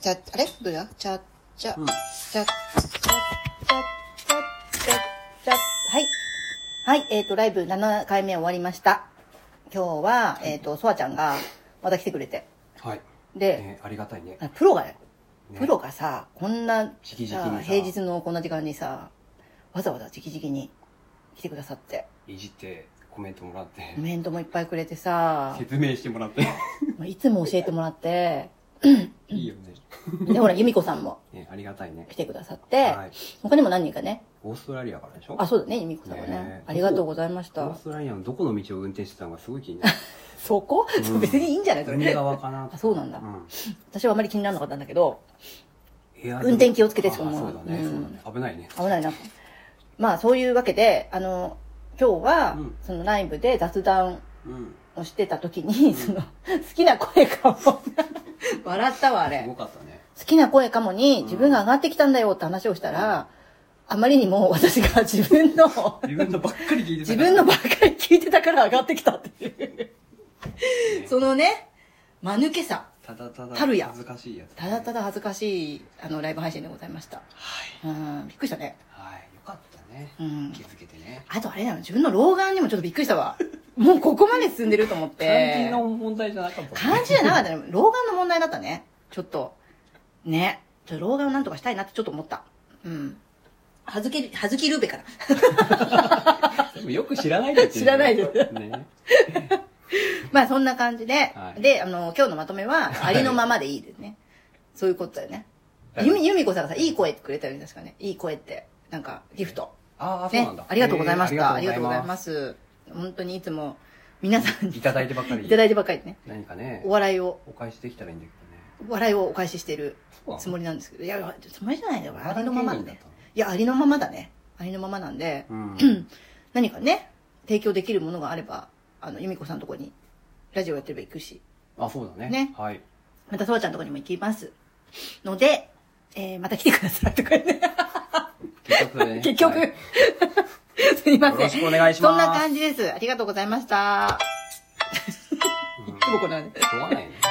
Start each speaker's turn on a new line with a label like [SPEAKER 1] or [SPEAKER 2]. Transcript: [SPEAKER 1] チャあれどれだチャチャ、
[SPEAKER 2] うん
[SPEAKER 1] チャチャチャチャチャチャはい。はい、えっ、と、ライブ7回目終わりました。今日は、えっ、と、ソワちゃんがまた来てくれて。
[SPEAKER 2] はい。
[SPEAKER 1] で、
[SPEAKER 2] ね、ありがたいね。
[SPEAKER 1] あプロがね、
[SPEAKER 2] ね
[SPEAKER 1] プロがさ、こんな、
[SPEAKER 2] 直々に
[SPEAKER 1] さ
[SPEAKER 2] さ
[SPEAKER 1] 平日のこんな時間にさ、わざわざ直々に来てくださって、
[SPEAKER 2] いじって、コメントもらって、
[SPEAKER 1] コメントもいっぱいくれてさ、
[SPEAKER 2] 説明してもらって。
[SPEAKER 1] まあいつも教えてもらって、
[SPEAKER 2] いいよね。
[SPEAKER 1] で、ほら、由美子さんも
[SPEAKER 2] ね、ありがたいね
[SPEAKER 1] 来。てくださって、
[SPEAKER 2] はい。
[SPEAKER 1] 他にも何人かね、
[SPEAKER 2] オーストラリアからでしょ
[SPEAKER 1] あ、そうだね、由美子さんはね
[SPEAKER 2] ね。え
[SPEAKER 1] ありがとうございまし
[SPEAKER 2] オー
[SPEAKER 1] た
[SPEAKER 2] ス。トラリアのどこの道を運転してたのかすごい気になる。
[SPEAKER 1] そこ、
[SPEAKER 2] うん
[SPEAKER 1] 別にいいんじゃないそ
[SPEAKER 2] 海
[SPEAKER 1] れ。
[SPEAKER 2] 側かな
[SPEAKER 1] あそうなんだ
[SPEAKER 2] うん。
[SPEAKER 1] 私はあまり気にならなかったんだけど、
[SPEAKER 2] エアーで
[SPEAKER 1] 運転気をつけて
[SPEAKER 2] あ
[SPEAKER 1] その
[SPEAKER 2] そうだね、
[SPEAKER 1] うん
[SPEAKER 2] そうだね。危ないね。
[SPEAKER 1] 危ないな。まあ、そういうわけで、あの、今日は、
[SPEAKER 2] うん
[SPEAKER 1] そのライブで雑談
[SPEAKER 2] うん。
[SPEAKER 1] をしてた時に、その、好きな声かも。 笑ったわ、あ
[SPEAKER 2] すご
[SPEAKER 1] れ。
[SPEAKER 2] かったね。
[SPEAKER 1] 好きな声かもに、自分が上がってきたんだよって話をしたら、あまりにも私が自分 の、
[SPEAKER 2] 自分のばっかり聞いてた
[SPEAKER 1] 自
[SPEAKER 2] から。
[SPEAKER 1] 分のばっかり聞いてたから上がってきたっていう。そのね、間抜けさ。
[SPEAKER 2] ただただ
[SPEAKER 1] たるや
[SPEAKER 2] 恥ずかしいやつ。
[SPEAKER 1] ただた
[SPEAKER 2] だ。
[SPEAKER 1] だ恥ずかしいあのライブ配信でございました
[SPEAKER 2] はい。
[SPEAKER 1] うんびっくりしたね
[SPEAKER 2] はい。よかったね。
[SPEAKER 1] うん
[SPEAKER 2] 気づけてね。
[SPEAKER 1] あとあれだよ自分の老眼にもちょっとびっくりした わもうここまで進んでると思って
[SPEAKER 2] 肝心の問題じゃなかったね。
[SPEAKER 1] 感じじゃなかったね老眼の問題だったねちょっとねちょっと老眼をなんとかしたいなってちょっと思ったうんはずき、はずきルーペかな。
[SPEAKER 2] でもよく知らないですよ
[SPEAKER 1] 知らないです
[SPEAKER 2] ね。
[SPEAKER 1] まあそんな感じで、
[SPEAKER 2] はい
[SPEAKER 1] で、あの、今日のまとめは、ありのままでいいですね。そういうことだよね。
[SPEAKER 2] はい
[SPEAKER 1] ゆみ、ゆみこさんがさ、いい声ってくれたよね、確かね。いい声って、なんか、ギフト。
[SPEAKER 2] ああ、そう
[SPEAKER 1] ね
[SPEAKER 2] なんだ。、
[SPEAKER 1] ありがとうございました、
[SPEAKER 2] えー。
[SPEAKER 1] ありがとうございますす。本当にいつも皆さんに
[SPEAKER 2] いただいてばっかり。
[SPEAKER 1] いただいてばっかりね、
[SPEAKER 2] 何かね
[SPEAKER 1] お、笑いを、
[SPEAKER 2] お返しできたらいいんだけどね。
[SPEAKER 1] お笑いをお返ししている
[SPEAKER 2] そうなの
[SPEAKER 1] つもりなんですけど、いや、つもりじゃないよ、あ
[SPEAKER 2] あ
[SPEAKER 1] りのままだ
[SPEAKER 2] だっ
[SPEAKER 1] ね
[SPEAKER 2] た。
[SPEAKER 1] いや、ありのままだね。ありのままなんで、
[SPEAKER 2] のうん。
[SPEAKER 1] 何かね、提供できるものがあれば、あの、由美子さんのとこに、ラジオやってれば行くし、
[SPEAKER 2] あ、そうだね。
[SPEAKER 1] ね
[SPEAKER 2] はい。
[SPEAKER 1] また、そうちゃんのとこにも行きます。ので、えー、また来てくださいとかね。
[SPEAKER 2] 結局ね
[SPEAKER 1] 結局、
[SPEAKER 2] はい
[SPEAKER 1] すいません。
[SPEAKER 2] よろしくお願いします
[SPEAKER 1] そんな感じです。ありがとうございました。いつもこの、
[SPEAKER 2] しょうがないね。